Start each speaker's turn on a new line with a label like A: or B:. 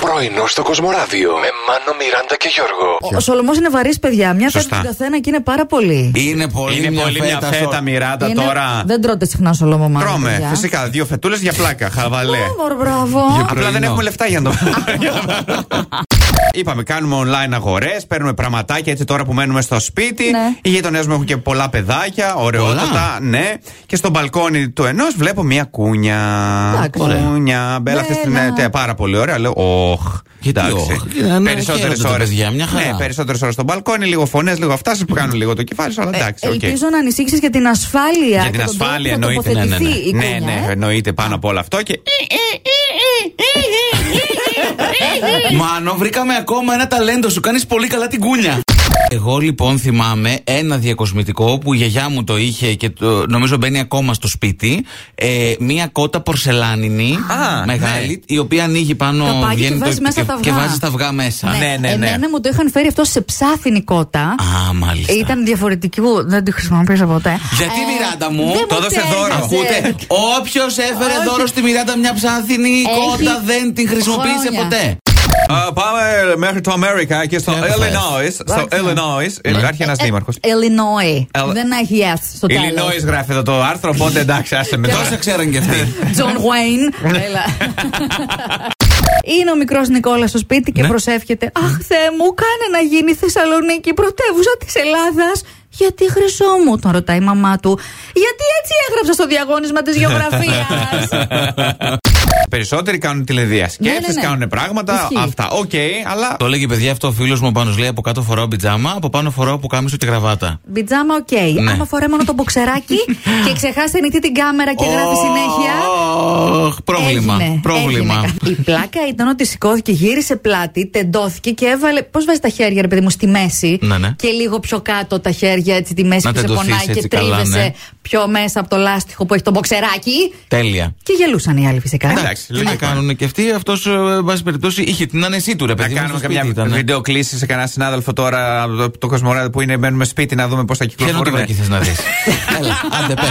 A: Πρωινό στο Κοσμοράδιο με Μάνο, Μιράντα και Γιώργο.
B: Ο, ο Σολομός είναι βαρύς, παιδιά. Μια
C: Σωστά.
B: φέτα στον καθένα και είναι πάρα πολύ.
C: Είναι πολύ,
D: Είναι
C: μια,
D: πολύ
C: φέτα,
D: μια φέτα,
C: στο-
D: Μιράντα,
B: Είναι-
D: τώρα.
B: Δεν τρώτε συχνά Σολομό, μάλλον.
C: Τρώμε,
B: παιδιά.
C: φυσικά. Δύο φετούλες για πλάκα. Χαβαλέ.
B: Όμορ, μπράβο. Ε,
C: Απλά δεν
D: πρωινό.
C: έχουμε λεφτά για να το Είπαμε, κάνουμε online αγορές, παίρνουμε πραγματάκια έτσι τώρα που μένουμε στο σπίτι.
B: Ναι.
C: Οι γειτονές μου έχουν και πολλά παιδάκια, ωραιότατα,
D: Πολλά.
C: ναι. Και στο μπαλκόνι του ενός βλέπω μία κούνια.
B: Εντάξει.
C: Κούνια. Μπέλα, αυτή την.
B: Μπέλα.
C: ναι, πάρα πολύ ωραία. Λέω, Ωχ.
D: Γιατί όχ, ε, ναι,
C: Περισσότερες
D: χαίρονται τα
C: ώρες.
D: παιδιά, μια χαρά.
C: Ναι, περισσότερες ώρες στο μπαλκόνι, λίγο φωνές, λίγο αυτά σας που κάνουν λίγο το κεφάλι, σου, αλλά εντάξει. οκ.
B: Ε, Ελπίζω να ανησύξει για την ασφάλεια.
C: Για την
B: και τον τρόπο
C: ασφάλεια
B: που θα
C: εννοείται. Ναι, ναι, ναι.
B: τοποθετηθεί η
C: ναι,
B: κούνια,
C: ναι,
B: ε.
C: εννοείται πάνω από όλο αυτό. Και
D: Μάνο, Ε. βρήκαμε ακόμα ένα ταλέντο σου. Κάνεις πολύ καλά την κούνια. Εγώ λοιπόν θυμάμαι ένα διακοσμητικό που η γιαγιά μου το είχε και το, νομίζω μπαίνει ακόμα στο σπίτι. Ε, μία κότα πορσελάνινη
C: Α,
D: μεγάλη,
C: ναι.
D: η οποία ανοίγει πάνω.
B: Καπάκι
D: βγαίνει
B: και
D: το-
B: βάζει μέσα τα
D: και
B: αυγά.
D: βάζει τα αυγά μέσα.
C: Ναι, ναι, ναι.
B: Εμένα μου το είχαν φέρει αυτό σε ψάθινη κότα.
D: Α, μάλιστα.
B: Ήταν διαφορετικού, δεν τη χρησιμοποίησα ποτέ.
D: Γιατί
B: Ε,
D: Μιράντα μου,
B: δεν
C: το
B: μου Ε,
C: έδωσε δώρο.
B: ταιριάζε.
D: Ακούτε, όποιος έφερε
B: Όχι.
D: δώρο στη Μιράντα μια ψάθινη
B: Έχει
D: κότα δεν την χρησιμοποίησε
B: χρόνια.
D: ποτέ.
C: Α, Ε, πάμε μέχρι το Αμέρικα και στο
D: Ναι,
C: Illinois. Στο
B: Εντάξει.
C: Illinois υπάρχει ένας
B: Ε,
C: δήμαρχος.
B: Illinois.
C: Ελ-
B: Δεν έχει yes στο τέλος.
C: Ε, Illinois γράφει εδώ το άρθρο, οπότε εντάξει, άσε με
D: Τόσα
C: τώρα.
D: ξέραν κι αυτοί.
B: Τζον Wayne. Έλα. Είναι ο μικρός Νικόλας στο σπίτι και προσεύχεται. Αχ, Θεέ μου, κάνε να γίνει Θεσσαλονίκη πρωτεύουσα της Ελλάδας. Γιατί χρυσό μου, τον ρωτάει η μαμά του. Γιατί έτσι έγραψα στο διαγώνισμα της γεωγραφίας.
C: Περισσότεροι κάνουν τηλεδιασκέψει,
B: Ναι, ναι, ναι.
C: κάνουν πράγματα.
B: Ισχύει.
C: Αυτά. Οκ, αλλά.
D: Το λέγει παιδιά αυτό ο φίλος μου πάνω λέει από κάτω φοράω πιτζάμα, από πάνω φοράω που κάμισο τη γραβάτα.
B: Μπιτζάμα, οκ. Άμα φοράει μόνο το μποξεράκι και ξεχάσει ανοιχτή την κάμερα και γράφει συνέχεια.
D: Ωχ, πρόβλημα.
B: Έγινε,
D: πρόβλημα.
B: έγινε. Η πλάκα ήταν ότι σηκώθηκε, γύρισε πλάτη, τεντώθηκε και έβαλε. Πώς βάζεις τα χέρια, ρε παιδί μου, στη μέση.
D: Ναι, ναι.
B: Και λίγο πιο κάτω τα χέρια, έτσι τη μέση
D: Να
B: που σε
D: τεντωθείς
B: πονάει και
D: έτσι καλά,
B: τρίβεσαι
D: ναι.
B: πιο μέσα από το λάστιχο που έχει το μποξεράκι.
D: Τέλεια.
B: Και γελούσαν οι άλλοι φυσικά.
C: Εντάξει,
D: Τι να
C: λογικό.
D: κάνουν και αυτοί, αυτός, εν πάση περιπτώσει, είχε την άνεσή του, ρε
C: Να
D: παιδί. μου,
C: κάνουμε
D: στο σπίτι
C: καμιά
D: ήταν. ε.
C: βίντεο κλίση σε κανένα συνάδελφο τώρα από το- από το Κοσμοράδιο που είναι. Μένουμε σπίτι να δούμε πώς θα
D: Ποιο είναι το
C: κυκλοφορούν.
D: βρακί θες να δεις. Έλα, άντε πες.